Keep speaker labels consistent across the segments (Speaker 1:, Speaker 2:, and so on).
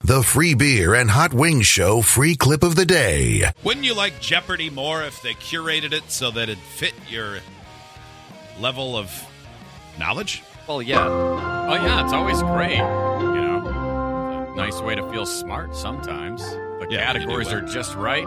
Speaker 1: The free beer and hot wings show free clip of the day.
Speaker 2: Wouldn't you like Jeopardy more if they curated it so that it fit your level of knowledge?
Speaker 3: Well, yeah. Oh, yeah, it's always great. You know, It's a nice way to feel smart sometimes. The
Speaker 2: Yeah, when you do
Speaker 3: categories
Speaker 2: well.
Speaker 3: are just right.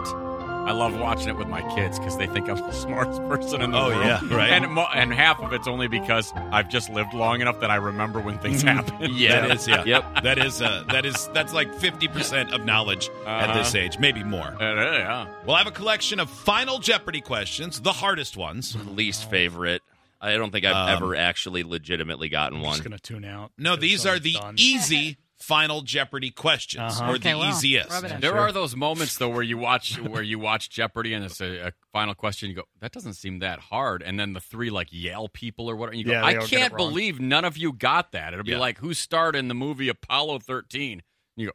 Speaker 3: I love watching it with my kids because they think I'm the smartest person in the
Speaker 2: Oh,
Speaker 3: world.
Speaker 2: yeah, right.
Speaker 3: And, mo- and half of it's only because I've just lived long enough that I remember when things happen.
Speaker 2: that is Mm-hmm. yeah. That is uh, that is that's like fifty percent of knowledge at this
Speaker 3: Uh-huh.
Speaker 2: age, maybe more.
Speaker 3: Uh, yeah.
Speaker 2: We'll have a collection of final Jeopardy questions, the hardest ones.
Speaker 4: least favorite. I don't think I've ever
Speaker 2: Um,
Speaker 4: actually legitimately gotten one.
Speaker 5: just gonna tune out.
Speaker 2: No, these are the E easy final Jeopardy questions,
Speaker 5: Uh-huh.
Speaker 2: or the easiest.
Speaker 3: There are those moments though where you watch where you watch Jeopardy and it's a, a final question. You go, that doesn't seem that hard, and then the three like yell people or whatever. And you go,
Speaker 5: Yeah, they
Speaker 3: I
Speaker 5: all get it
Speaker 3: can't
Speaker 5: wrong.
Speaker 3: believe none of you got that. It'll be
Speaker 2: Yeah.
Speaker 3: like who starred in the movie Apollo thirteen? And you go,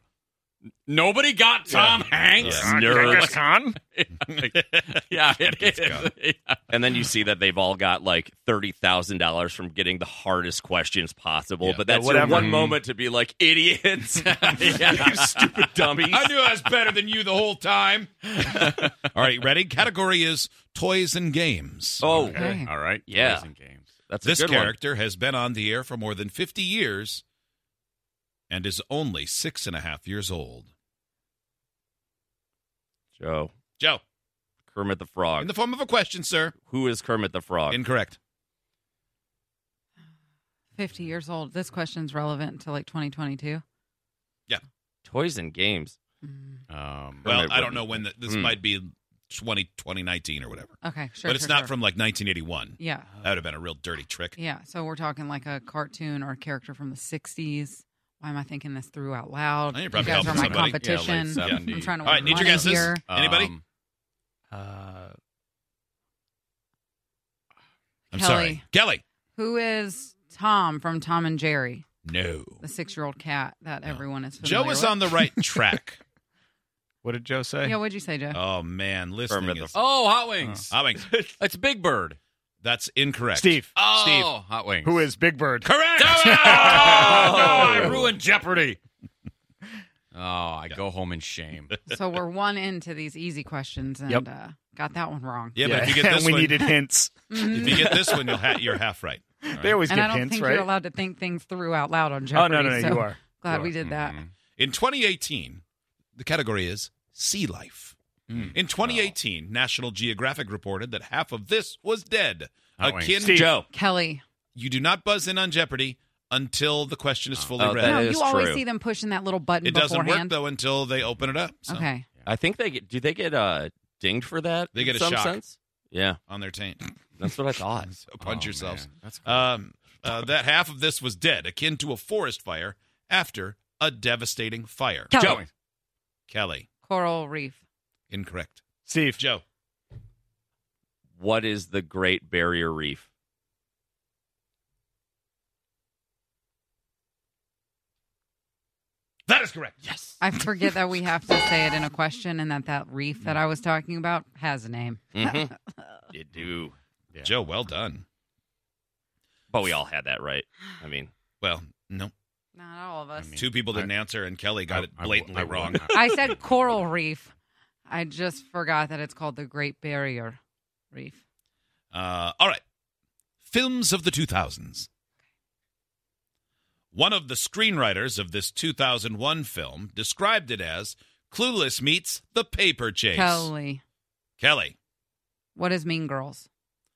Speaker 3: nobody got Tom
Speaker 5: Ah,
Speaker 3: Hanks.
Speaker 2: Yeah.
Speaker 3: Nerds. yeah, it is. Yeah.
Speaker 4: And then you see that they've all got like thirty thousand dollars from getting the hardest questions possible.
Speaker 2: Yeah, Mm.
Speaker 4: but that's your
Speaker 5: whatever.
Speaker 4: one moment to be like idiots, you stupid dummies.
Speaker 2: I knew I was better than you the whole time. All right, ready? Category is toys and games.
Speaker 4: Oh,
Speaker 3: Okay. All right.
Speaker 4: Yeah.
Speaker 3: Toys and games.
Speaker 4: that's a
Speaker 2: This
Speaker 4: good
Speaker 2: character has been on the air for more than 50 years and is only six and a half years old.
Speaker 4: one. Joe
Speaker 2: Joe,
Speaker 4: Kermit the Frog.
Speaker 2: in the form of a question, sir.
Speaker 4: Who is Kermit the Frog?
Speaker 2: Incorrect.
Speaker 6: 50 years old. This question's relevant until like 2022.
Speaker 4: Toys and games.
Speaker 5: Mm.
Speaker 3: Um,
Speaker 2: Well, I
Speaker 4: Kermit
Speaker 2: don't
Speaker 4: wouldn't.
Speaker 2: know when the, this
Speaker 4: Hmm.
Speaker 2: might be 20, 2019 or whatever,
Speaker 6: Okay, sure.
Speaker 2: but it's
Speaker 6: sure,
Speaker 2: not
Speaker 6: sure.
Speaker 2: from like 1981.
Speaker 6: Yeah,
Speaker 2: That would have been a real dirty trick.
Speaker 6: yeah. So we're talking like a cartoon or a character from the 60s. Why am I thinking this through out loud?
Speaker 2: Oh, you're
Speaker 6: You
Speaker 2: probably
Speaker 6: guys are
Speaker 2: helping
Speaker 6: my
Speaker 2: somebody.
Speaker 3: Yeah, late
Speaker 6: competition.
Speaker 3: 70s.
Speaker 6: I'm trying to
Speaker 2: All
Speaker 6: win
Speaker 2: right, need your
Speaker 6: money
Speaker 2: guesses.
Speaker 6: here.
Speaker 2: Anybody?
Speaker 3: Um,
Speaker 5: Uh,
Speaker 2: I'm
Speaker 6: Kelly.
Speaker 2: sorry. Kelly.
Speaker 6: Who is Tom from Tom and Jerry,
Speaker 2: No.
Speaker 6: the six-year-old cat that everyone is familiar
Speaker 2: Joe was
Speaker 6: with?
Speaker 2: on the right track.
Speaker 5: what did Joe say?
Speaker 6: Yeah, what'd you say, Joe?
Speaker 2: oh, man. Listening
Speaker 4: Kermit the
Speaker 2: is-
Speaker 3: oh, Hot Wings.
Speaker 2: I mean,
Speaker 3: It's Big Bird.
Speaker 2: that's incorrect.
Speaker 5: Steve.
Speaker 3: Oh,
Speaker 5: Steve.
Speaker 3: Hot Wings.
Speaker 5: Who is Big Bird?
Speaker 2: Correct.
Speaker 3: Oh, no, I ruined Jeopardy. Oh, I go home in shame.
Speaker 6: so we're one into these easy questions and
Speaker 5: Yep.
Speaker 6: uh, got that one wrong. Mm-hmm.
Speaker 2: yeah, but if you get this
Speaker 5: we
Speaker 2: one,
Speaker 5: needed hints.
Speaker 2: if you get this one, you'll ha- you're half right. All right.
Speaker 5: They always
Speaker 6: And
Speaker 5: give
Speaker 6: I don't
Speaker 5: hints,
Speaker 6: think
Speaker 5: right?
Speaker 6: you're allowed to think things through out loud on
Speaker 5: oh
Speaker 6: Jeopardy.
Speaker 5: no, no, no,
Speaker 6: so
Speaker 5: you are.
Speaker 6: Glad
Speaker 5: You
Speaker 6: we
Speaker 5: are.
Speaker 6: did that.
Speaker 2: In 2018, the category is sea life.
Speaker 3: Hmm.
Speaker 2: In 2018, National Geographic reported that half of this was dead.
Speaker 3: Hot wings.
Speaker 2: Akin,
Speaker 5: Steve.
Speaker 2: Joe,
Speaker 6: Kelly.
Speaker 2: you do not buzz in on Jeopardy until the question is fully
Speaker 4: Oh,
Speaker 2: read.
Speaker 4: That
Speaker 6: no,
Speaker 4: is
Speaker 6: you always
Speaker 4: true.
Speaker 6: see them pushing that little button
Speaker 2: It doesn't work
Speaker 6: beforehand.
Speaker 2: though until they open it up. So,
Speaker 6: Okay.
Speaker 4: I think they get. Do they get uh dinged for that?
Speaker 2: They get
Speaker 4: in
Speaker 2: a
Speaker 4: some
Speaker 2: shock.
Speaker 4: sense. Yeah,
Speaker 2: on their taint.
Speaker 4: that's what I thought.
Speaker 2: So punch
Speaker 3: Oh,
Speaker 2: yourselves.
Speaker 3: man. That's
Speaker 2: Um, uh, that half of this was dead, akin to a forest fire after a devastating fire.
Speaker 6: Kelly.
Speaker 3: Joey.
Speaker 2: Kelly,
Speaker 6: Coral reef.
Speaker 2: incorrect.
Speaker 5: Steve.
Speaker 2: Joe,
Speaker 4: What is the Great Barrier Reef?
Speaker 2: that is correct.
Speaker 4: Yes.
Speaker 6: I forget that we have to say it in a question and that that reef that I was talking about has a name.
Speaker 4: Mm-hmm. you do.
Speaker 3: Yeah.
Speaker 2: Joe, well done.
Speaker 4: But we all had that right. I mean,
Speaker 2: Well, no.
Speaker 6: Not all of us.
Speaker 3: I mean-
Speaker 2: Two people didn't answer, and Kelly got it
Speaker 3: I- I-
Speaker 2: blatantly
Speaker 3: I- I-
Speaker 2: wrong.
Speaker 6: I said coral reef. I just forgot that it's called the Great Barrier Reef.
Speaker 2: Uh, all right. Films of the 2000s. One of the screenwriters of this 2001 film described it as Clueless meets the paper chase.
Speaker 6: Kelly.
Speaker 2: Kelly.
Speaker 6: What is Mean Girls?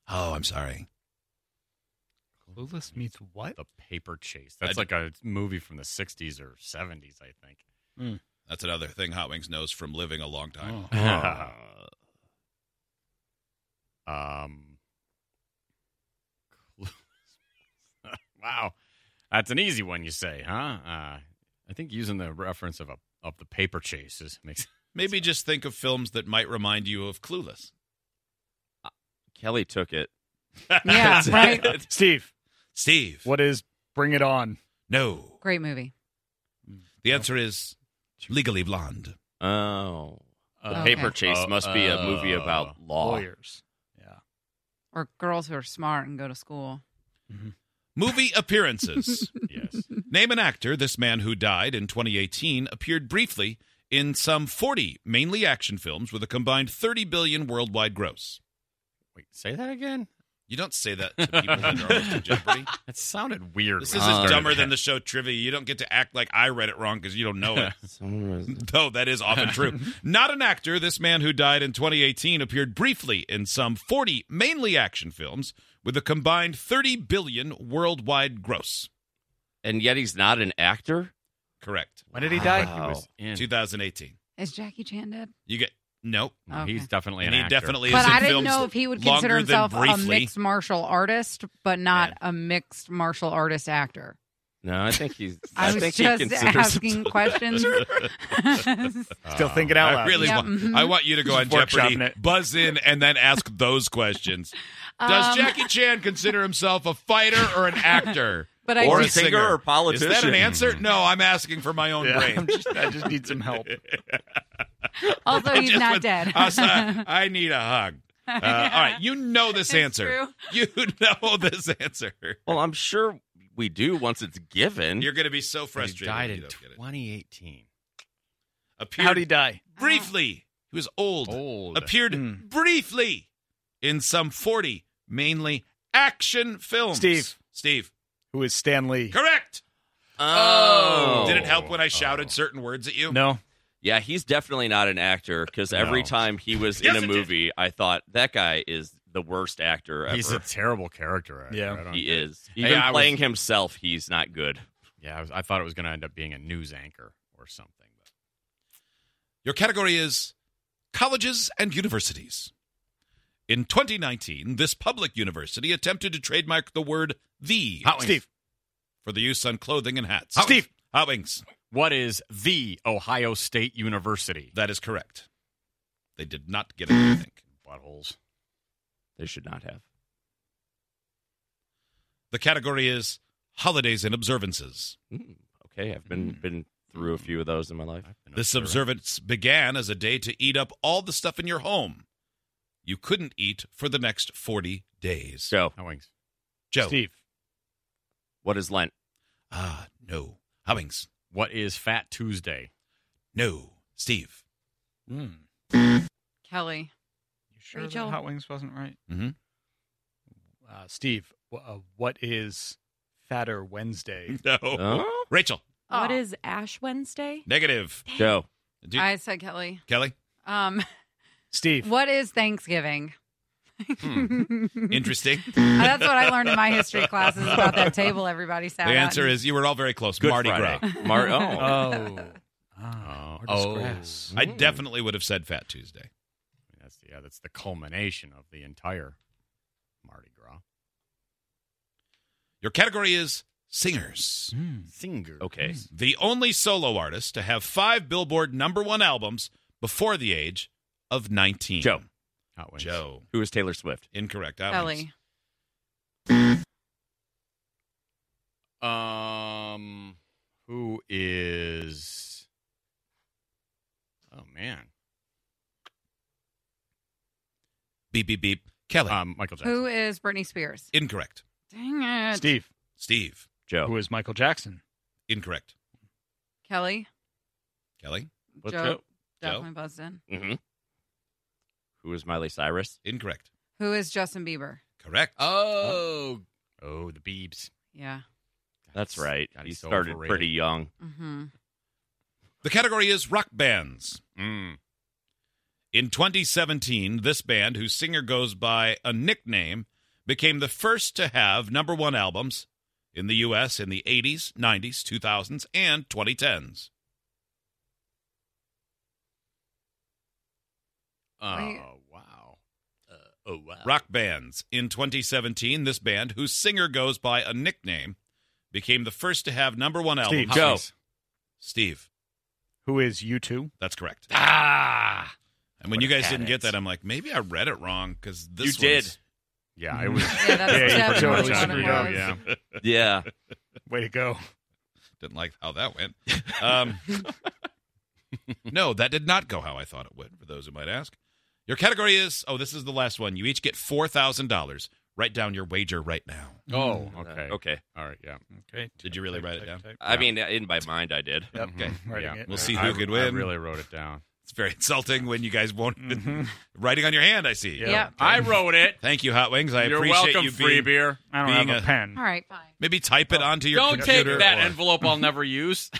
Speaker 2: Oh, I'm sorry.
Speaker 5: Clueless meets what?
Speaker 3: The Paper Chase. That's
Speaker 2: I
Speaker 3: like a movie from the 60s or 70s, I think.
Speaker 2: That's another thing Hot Wings knows from living a long time.
Speaker 3: Oh. um, wow. That's an easy one, you say, huh? Uh, I think using the reference of a of the paper chase is makes
Speaker 2: Maybe just think of films that might remind you of Clueless.
Speaker 4: Kelly took it.
Speaker 6: Yeah, right.
Speaker 5: Oh. Steve.
Speaker 2: Steve.
Speaker 5: What is Bring It On?
Speaker 2: No.
Speaker 6: Great movie.
Speaker 2: The answer is Legally Blonde.
Speaker 4: Oh. The
Speaker 6: Okay.
Speaker 4: Paper Chase must be a movie
Speaker 2: Uh,
Speaker 3: Oh.
Speaker 4: about law.
Speaker 5: Lawyers. Yeah.
Speaker 6: Or girls who are smart and go to school.
Speaker 2: Movie appearances.
Speaker 3: Yes.
Speaker 2: Name an actor this man who died in 2018 appeared briefly in some 40 mainly action films with a combined 30 billion worldwide gross.
Speaker 3: Wait, say that again.
Speaker 2: You don't say that to people that are hosting Jeopardy.
Speaker 3: That sounded weird.
Speaker 2: This
Speaker 3: when
Speaker 2: is
Speaker 3: I
Speaker 2: not
Speaker 3: started
Speaker 2: dumber
Speaker 3: that.
Speaker 2: than the show trivia. You don't get to act like I read it wrong because you don't know it. Though that is often true. Not an actor, this man who died in 2018 appeared briefly in some 40 mainly action films with a combined 30 billion worldwide gross.
Speaker 4: and yet he's not an actor.
Speaker 2: Correct.
Speaker 5: When did he die?
Speaker 4: Wow.
Speaker 3: He was in.
Speaker 2: 2018.
Speaker 6: Is Jackie Chan dead?
Speaker 2: You get no.
Speaker 3: No,
Speaker 6: Okay.
Speaker 3: He's definitely
Speaker 2: And
Speaker 3: an
Speaker 2: he
Speaker 3: actor.
Speaker 2: definitely is
Speaker 6: But
Speaker 2: in
Speaker 6: I didn't
Speaker 2: films
Speaker 6: know if he would
Speaker 2: longer
Speaker 6: consider
Speaker 2: than
Speaker 6: himself a
Speaker 2: briefly.
Speaker 6: mixed martial artist, but not a mixed martial artist actor.
Speaker 4: No, I think he's.
Speaker 6: I, was
Speaker 4: think he
Speaker 6: just
Speaker 4: considers
Speaker 6: asking
Speaker 4: himself-
Speaker 6: questions.
Speaker 5: Still thinking out
Speaker 2: I
Speaker 5: loud.
Speaker 2: really
Speaker 6: Yeah,
Speaker 2: want.
Speaker 6: mhm.
Speaker 2: I want you to go on
Speaker 5: Just
Speaker 2: Jeopardy,
Speaker 5: workshopping it.
Speaker 2: buzz in, and then ask those questions. Does
Speaker 6: Um,
Speaker 2: Jackie Chan consider himself a fighter or an actor?
Speaker 6: But I
Speaker 4: or a
Speaker 6: just-
Speaker 4: singer or
Speaker 2: Is
Speaker 4: politician?
Speaker 2: that an answer? No, I'm asking for my own
Speaker 5: Mm-hmm. Yeah,
Speaker 2: brain.
Speaker 5: I'm just, I just need some help.
Speaker 6: also he's
Speaker 2: Just
Speaker 6: not
Speaker 2: with
Speaker 6: dead.
Speaker 2: us, uh, I need a hug. Uh, All right, you know this
Speaker 6: It's
Speaker 2: answer.
Speaker 6: true.
Speaker 2: You know this answer.
Speaker 4: Well, I'm sure we do once it's given.
Speaker 2: You're going to be so
Speaker 3: But
Speaker 2: frustrated.
Speaker 3: He died
Speaker 2: if
Speaker 3: in
Speaker 2: you don't get it.
Speaker 3: 2018.
Speaker 2: Appeared
Speaker 6: Uh,
Speaker 5: How'd he die?
Speaker 2: briefly. He was
Speaker 3: Old.
Speaker 2: appeared
Speaker 5: Mm.
Speaker 2: briefly in some 40 mainly action films.
Speaker 5: Steve.
Speaker 2: Steve.
Speaker 5: Who is Stan Lee?
Speaker 2: Correct.
Speaker 4: oh,
Speaker 2: Did it help when I shouted certain words at you?
Speaker 5: No.
Speaker 4: Yeah, he's definitely not an actor because every
Speaker 3: No.
Speaker 4: time he was
Speaker 2: Yes,
Speaker 4: in
Speaker 2: it
Speaker 4: a
Speaker 2: did.
Speaker 4: movie, I thought that guy is the worst actor ever.
Speaker 3: He's a terrible character actor.
Speaker 5: Yeah.
Speaker 3: I don't
Speaker 4: he
Speaker 3: get it.
Speaker 4: is. Even
Speaker 3: I was-
Speaker 4: playing himself, he's not good.
Speaker 3: Yeah, I, was, I thought it was going to end up being a news anchor or something. But
Speaker 2: Your category is colleges and universities. In 2019, this public university attempted to trademark the word the
Speaker 3: Hot wings.
Speaker 5: Steve.
Speaker 2: for the use on clothing and hats.
Speaker 3: Hot wings.
Speaker 2: Steve. Hot wings.
Speaker 3: what is the Ohio State University?
Speaker 2: That is correct. They did not get it, I think.
Speaker 3: Buttholes.
Speaker 4: They should not have.
Speaker 2: The category is holidays and observances.
Speaker 4: Mm, okay, I've been been through a few of those in my life.
Speaker 3: Hmm. I've been
Speaker 2: This
Speaker 3: observant.
Speaker 2: observance began as a day to eat up all the stuff in your home you couldn't eat for the next 40 days.
Speaker 4: So,
Speaker 3: Hot wings.
Speaker 2: Joe.
Speaker 5: Steve.
Speaker 4: what is Lent?
Speaker 2: Ah, no. Hummings.
Speaker 3: What is Fat Tuesday?
Speaker 2: No. Steve.
Speaker 5: Hmm.
Speaker 6: Kelly.
Speaker 5: You sure
Speaker 6: Rachel.
Speaker 5: that Hot Wings wasn't right?
Speaker 2: Mhm.
Speaker 5: Uh, Steve, wh- uh, what is Fatter Wednesday?
Speaker 2: No.
Speaker 4: Oh,
Speaker 2: Rachel.
Speaker 7: What
Speaker 6: Oh.
Speaker 7: is Ash Wednesday?
Speaker 2: Negative.
Speaker 4: Joe.
Speaker 2: Do-
Speaker 6: I said Kelly.
Speaker 2: Kelly.
Speaker 6: Um,
Speaker 5: Steve.
Speaker 6: what is Thanksgiving?
Speaker 2: Hmm. Interesting.
Speaker 6: That's what I learned in my history classes about that table everybody
Speaker 2: the
Speaker 6: sat at.
Speaker 2: answer is you were all very close.
Speaker 4: Good
Speaker 2: Mardi
Speaker 4: Friday.
Speaker 2: Gras.
Speaker 4: Mar- oh,
Speaker 3: Uh,
Speaker 5: Oh. Ah,
Speaker 3: Oh.
Speaker 5: what a
Speaker 3: Oh.
Speaker 5: disgrace.
Speaker 4: Mm.
Speaker 2: I definitely would have said Fat Tuesday.
Speaker 3: That's yeah. That's the culmination of the entire Mardi Gras.
Speaker 2: Your category is singers.
Speaker 4: Mm.
Speaker 5: Hmm.
Speaker 3: Singer. Hmm.
Speaker 4: okay.
Speaker 2: The only solo artist to have five Billboard number one albums before the age of 19.
Speaker 4: Joe.
Speaker 3: Hot wings.
Speaker 2: Joe.
Speaker 4: Who is Taylor Swift?
Speaker 2: Incorrect. Alex.
Speaker 6: Kelly.
Speaker 3: Um, who is? Oh man,
Speaker 2: Beep, beep, beep. Kelly.
Speaker 3: um, Michael Jackson.
Speaker 6: Who is Britney Spears?
Speaker 2: incorrect.
Speaker 6: Dang it.
Speaker 5: Steve,
Speaker 2: Steve.
Speaker 4: Joe.
Speaker 5: who is Michael Jackson?
Speaker 2: Incorrect.
Speaker 6: Kelly.
Speaker 2: Kelly.
Speaker 3: Let's
Speaker 6: Joe.
Speaker 3: go.
Speaker 6: Definitely buzzed in.
Speaker 4: Mm-hmm. Who is Miley Cyrus?
Speaker 2: Incorrect.
Speaker 6: Who is Justin Bieber?
Speaker 2: Correct.
Speaker 3: Oh, oh, the Beebs.
Speaker 6: Yeah.
Speaker 4: That's right.
Speaker 3: God,
Speaker 4: He
Speaker 3: he's so
Speaker 4: started
Speaker 3: overrated.
Speaker 4: pretty young.
Speaker 6: Mm-hmm.
Speaker 2: The category is rock bands.
Speaker 3: Mm.
Speaker 2: In 2017, this band, whose singer goes by a nickname, became the first to have number one albums in the U.S. in the 80s, 90s, 2000s, and 2010s.
Speaker 3: Oh
Speaker 6: Wait.
Speaker 3: wow. Uh, oh wow.
Speaker 2: Rock bands. In 2017, this band, whose singer goes by a nickname, became the first to have number one albums.
Speaker 5: Steve.
Speaker 4: Joe.
Speaker 2: Steve.
Speaker 5: Who is you two?
Speaker 2: That's correct.
Speaker 3: Ah.
Speaker 2: And when you
Speaker 4: Would've
Speaker 2: guys
Speaker 4: had
Speaker 2: didn't get
Speaker 4: it.
Speaker 2: that, I'm like, maybe I read it wrong because this
Speaker 4: you did.
Speaker 2: one's-
Speaker 3: Yeah, it was.
Speaker 6: Yeah, that's
Speaker 5: Yeah, you
Speaker 6: definitely
Speaker 5: totally
Speaker 6: what it
Speaker 5: screwed
Speaker 6: was.
Speaker 5: up,
Speaker 3: yeah.
Speaker 4: Yeah.
Speaker 5: Way to go.
Speaker 2: didn't like how that went. Um, no, that did not go how I thought it would. For those who might ask, your category is oh, this is the last one. You each get four thousand dollars. Write down your wager right now.
Speaker 5: Mm-hmm.
Speaker 3: Oh, okay.
Speaker 4: Okay.
Speaker 3: All right, yeah.
Speaker 5: Okay.
Speaker 2: Mm. Did you really write it down?
Speaker 4: I mean, in my mind, I did.
Speaker 5: Yep.
Speaker 3: Okay.
Speaker 5: Mm-hmm. Writing
Speaker 3: Yeah.
Speaker 5: it.
Speaker 2: We'll see
Speaker 3: I,
Speaker 2: who could
Speaker 3: I
Speaker 2: win.
Speaker 3: really wrote it down.
Speaker 2: It's very insulting when you guys
Speaker 5: Mm-hmm.
Speaker 2: won't.
Speaker 3: Mm-hmm.
Speaker 2: Writing on your hand, I see.
Speaker 5: Yeah.
Speaker 6: Yep.
Speaker 3: I wrote it.
Speaker 2: Thank you, Hot Wings. I
Speaker 3: You're
Speaker 2: appreciate
Speaker 3: welcome,
Speaker 2: you
Speaker 3: free
Speaker 2: being.
Speaker 3: beer.
Speaker 5: I don't
Speaker 2: Being
Speaker 5: have a,
Speaker 2: a-
Speaker 5: pen.
Speaker 6: All right, fine.
Speaker 2: Maybe type it onto your
Speaker 3: Don't take
Speaker 2: computer.
Speaker 3: that
Speaker 2: or-
Speaker 3: envelope I'll never use.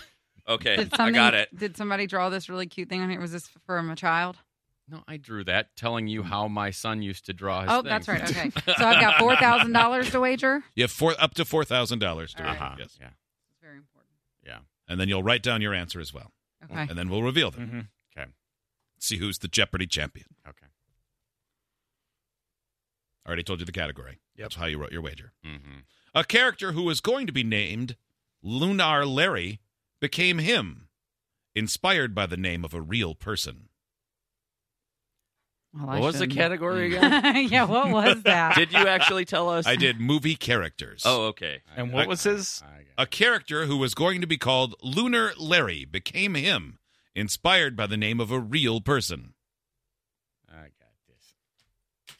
Speaker 4: Okay.
Speaker 6: Did
Speaker 4: I
Speaker 6: something-
Speaker 4: got it.
Speaker 6: Did somebody draw this really cute thing on here? Was this from a child?
Speaker 3: No, I drew that telling you how my son used to draw his
Speaker 6: oh, that's
Speaker 3: things.
Speaker 6: right. Okay. So I've got four thousand dollars to wager.
Speaker 2: You have four, up to four thousand dollars to
Speaker 6: All
Speaker 2: win.
Speaker 6: right.
Speaker 3: Uh-huh.
Speaker 2: Yes,
Speaker 3: Yeah.
Speaker 6: It's very important.
Speaker 2: and then you'll write down your answer as well,
Speaker 6: Okay.
Speaker 2: and then we'll reveal
Speaker 3: Mm-hmm.
Speaker 2: them.
Speaker 5: Mhm.
Speaker 2: See who's the Jeopardy champion.
Speaker 3: Okay.
Speaker 2: I already told you the category. That's how you wrote your wager.
Speaker 3: Mm-hmm.
Speaker 2: A character who was going to be named Lunar Larry became him, inspired by the name of a real person.
Speaker 6: Well, I
Speaker 4: What was the
Speaker 6: shouldn't.
Speaker 4: category again?
Speaker 6: yeah, what was that?
Speaker 4: Mm. Did you actually tell us?
Speaker 2: I did movie characters.
Speaker 4: Oh, okay.
Speaker 5: And what was his?
Speaker 3: Uh,
Speaker 2: A character who was going to be called Lunar Larry became him, inspired by the name of a real person.
Speaker 3: I got this.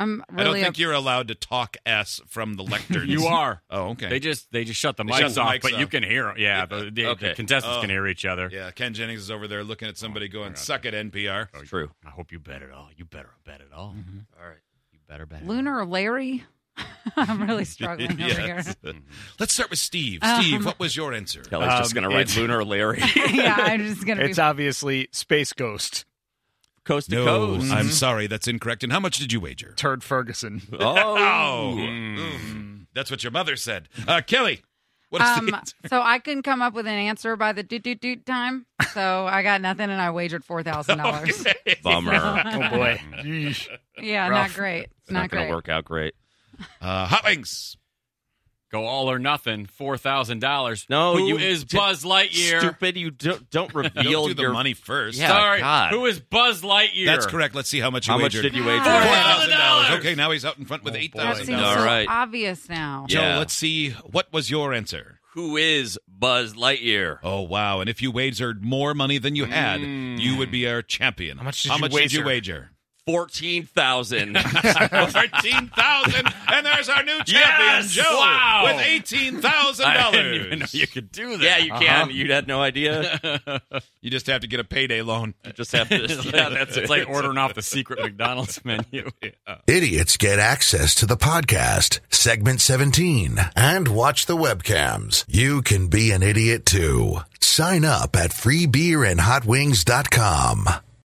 Speaker 6: I'm
Speaker 2: I don't
Speaker 6: really
Speaker 2: think you're allowed to talk S from the lectern.
Speaker 3: You are.
Speaker 2: Oh, okay.
Speaker 3: They just they just shut the
Speaker 2: They
Speaker 3: mics
Speaker 2: shut the
Speaker 3: off,
Speaker 2: mics
Speaker 3: but you
Speaker 2: off.
Speaker 3: can hear. 'em. Yeah, the, the,
Speaker 4: Okay.
Speaker 3: the contestants
Speaker 2: Oh.
Speaker 3: can hear each other.
Speaker 2: yeah, Ken Jennings is over there looking at somebody going,
Speaker 3: God.
Speaker 2: suck it, NPR.
Speaker 3: Oh,
Speaker 4: True.
Speaker 3: I hope you bet it all. You better bet it all.
Speaker 4: All right.
Speaker 3: You better bet.
Speaker 6: Lunar Larry. I'm really struggling over here.
Speaker 2: Yes. Let's start with Steve.
Speaker 6: Um,
Speaker 2: Steve, what was your answer?
Speaker 4: Kelly's just
Speaker 5: Um,
Speaker 4: going to write
Speaker 5: it's-
Speaker 4: Lunar Larry
Speaker 6: yeah, I'm just gonna
Speaker 5: It's
Speaker 6: be.
Speaker 5: obviously Space Ghost,
Speaker 4: coast to
Speaker 2: No,
Speaker 4: coast.
Speaker 2: I'm sorry, that's incorrect. And how much did you wager?
Speaker 5: Turd Ferguson.
Speaker 4: Oh.
Speaker 2: Oh, Mm. that's what your mother said. Uh, Kelly, what is the
Speaker 6: Um,
Speaker 2: answer?
Speaker 6: so I couldn't come up with an answer by the doot doot doot time. So I got nothing, and I wagered four thousand dollars.
Speaker 4: Bummer.
Speaker 5: Oh boy. Yeesh.
Speaker 6: Yeah,
Speaker 5: Rough.
Speaker 6: not great.
Speaker 4: It's not going
Speaker 6: great.
Speaker 4: to work out great.
Speaker 2: Uh, hot wings.
Speaker 3: Go all or nothing. Four thousand dollars.
Speaker 4: No,
Speaker 3: who
Speaker 4: you
Speaker 3: is
Speaker 4: did-
Speaker 3: Buzz Lightyear?
Speaker 4: Stupid. You don't, don't reveal
Speaker 2: Don't do the
Speaker 4: your
Speaker 2: money first.
Speaker 4: Yeah,
Speaker 3: Sorry,
Speaker 4: God.
Speaker 3: who is Buzz Lightyear?
Speaker 2: That's correct. Let's see how much you
Speaker 4: How much
Speaker 2: wagered.
Speaker 4: did you
Speaker 6: Wow.
Speaker 4: wager?
Speaker 2: Four
Speaker 6: Four
Speaker 2: thousand
Speaker 3: thousand
Speaker 2: dollars.
Speaker 3: dollars.
Speaker 2: Okay, now he's out in front with
Speaker 5: Oh,
Speaker 2: eight
Speaker 6: That
Speaker 2: thousand
Speaker 6: seems
Speaker 4: All
Speaker 6: so
Speaker 2: dollars.
Speaker 4: right.
Speaker 6: obvious now.
Speaker 2: Joe,
Speaker 4: Yeah.
Speaker 2: let's see what was your answer.
Speaker 4: Who is Buzz Lightyear?
Speaker 2: Oh wow! And if you wagered more money than you had, you would be our champion. How
Speaker 5: much did
Speaker 2: How
Speaker 5: you
Speaker 2: much did you wager?
Speaker 4: Fourteen thousand.
Speaker 2: Thirteen thousand, and there's our new champion,
Speaker 3: Yes!
Speaker 2: Joe,
Speaker 3: Wow!
Speaker 2: with eighteen thousand
Speaker 3: I didn't even know
Speaker 2: dollars.
Speaker 3: you could do that.
Speaker 4: yeah, you can. You had no idea.
Speaker 2: You just have to get a payday loan.
Speaker 4: You just have to. Yeah, that's
Speaker 3: it's like ordering off the secret McDonald's menu.
Speaker 1: Idiots get access to the podcast, segment 17, and watch the webcams. You can be an idiot too. Sign up at freebeerandhotwings.com.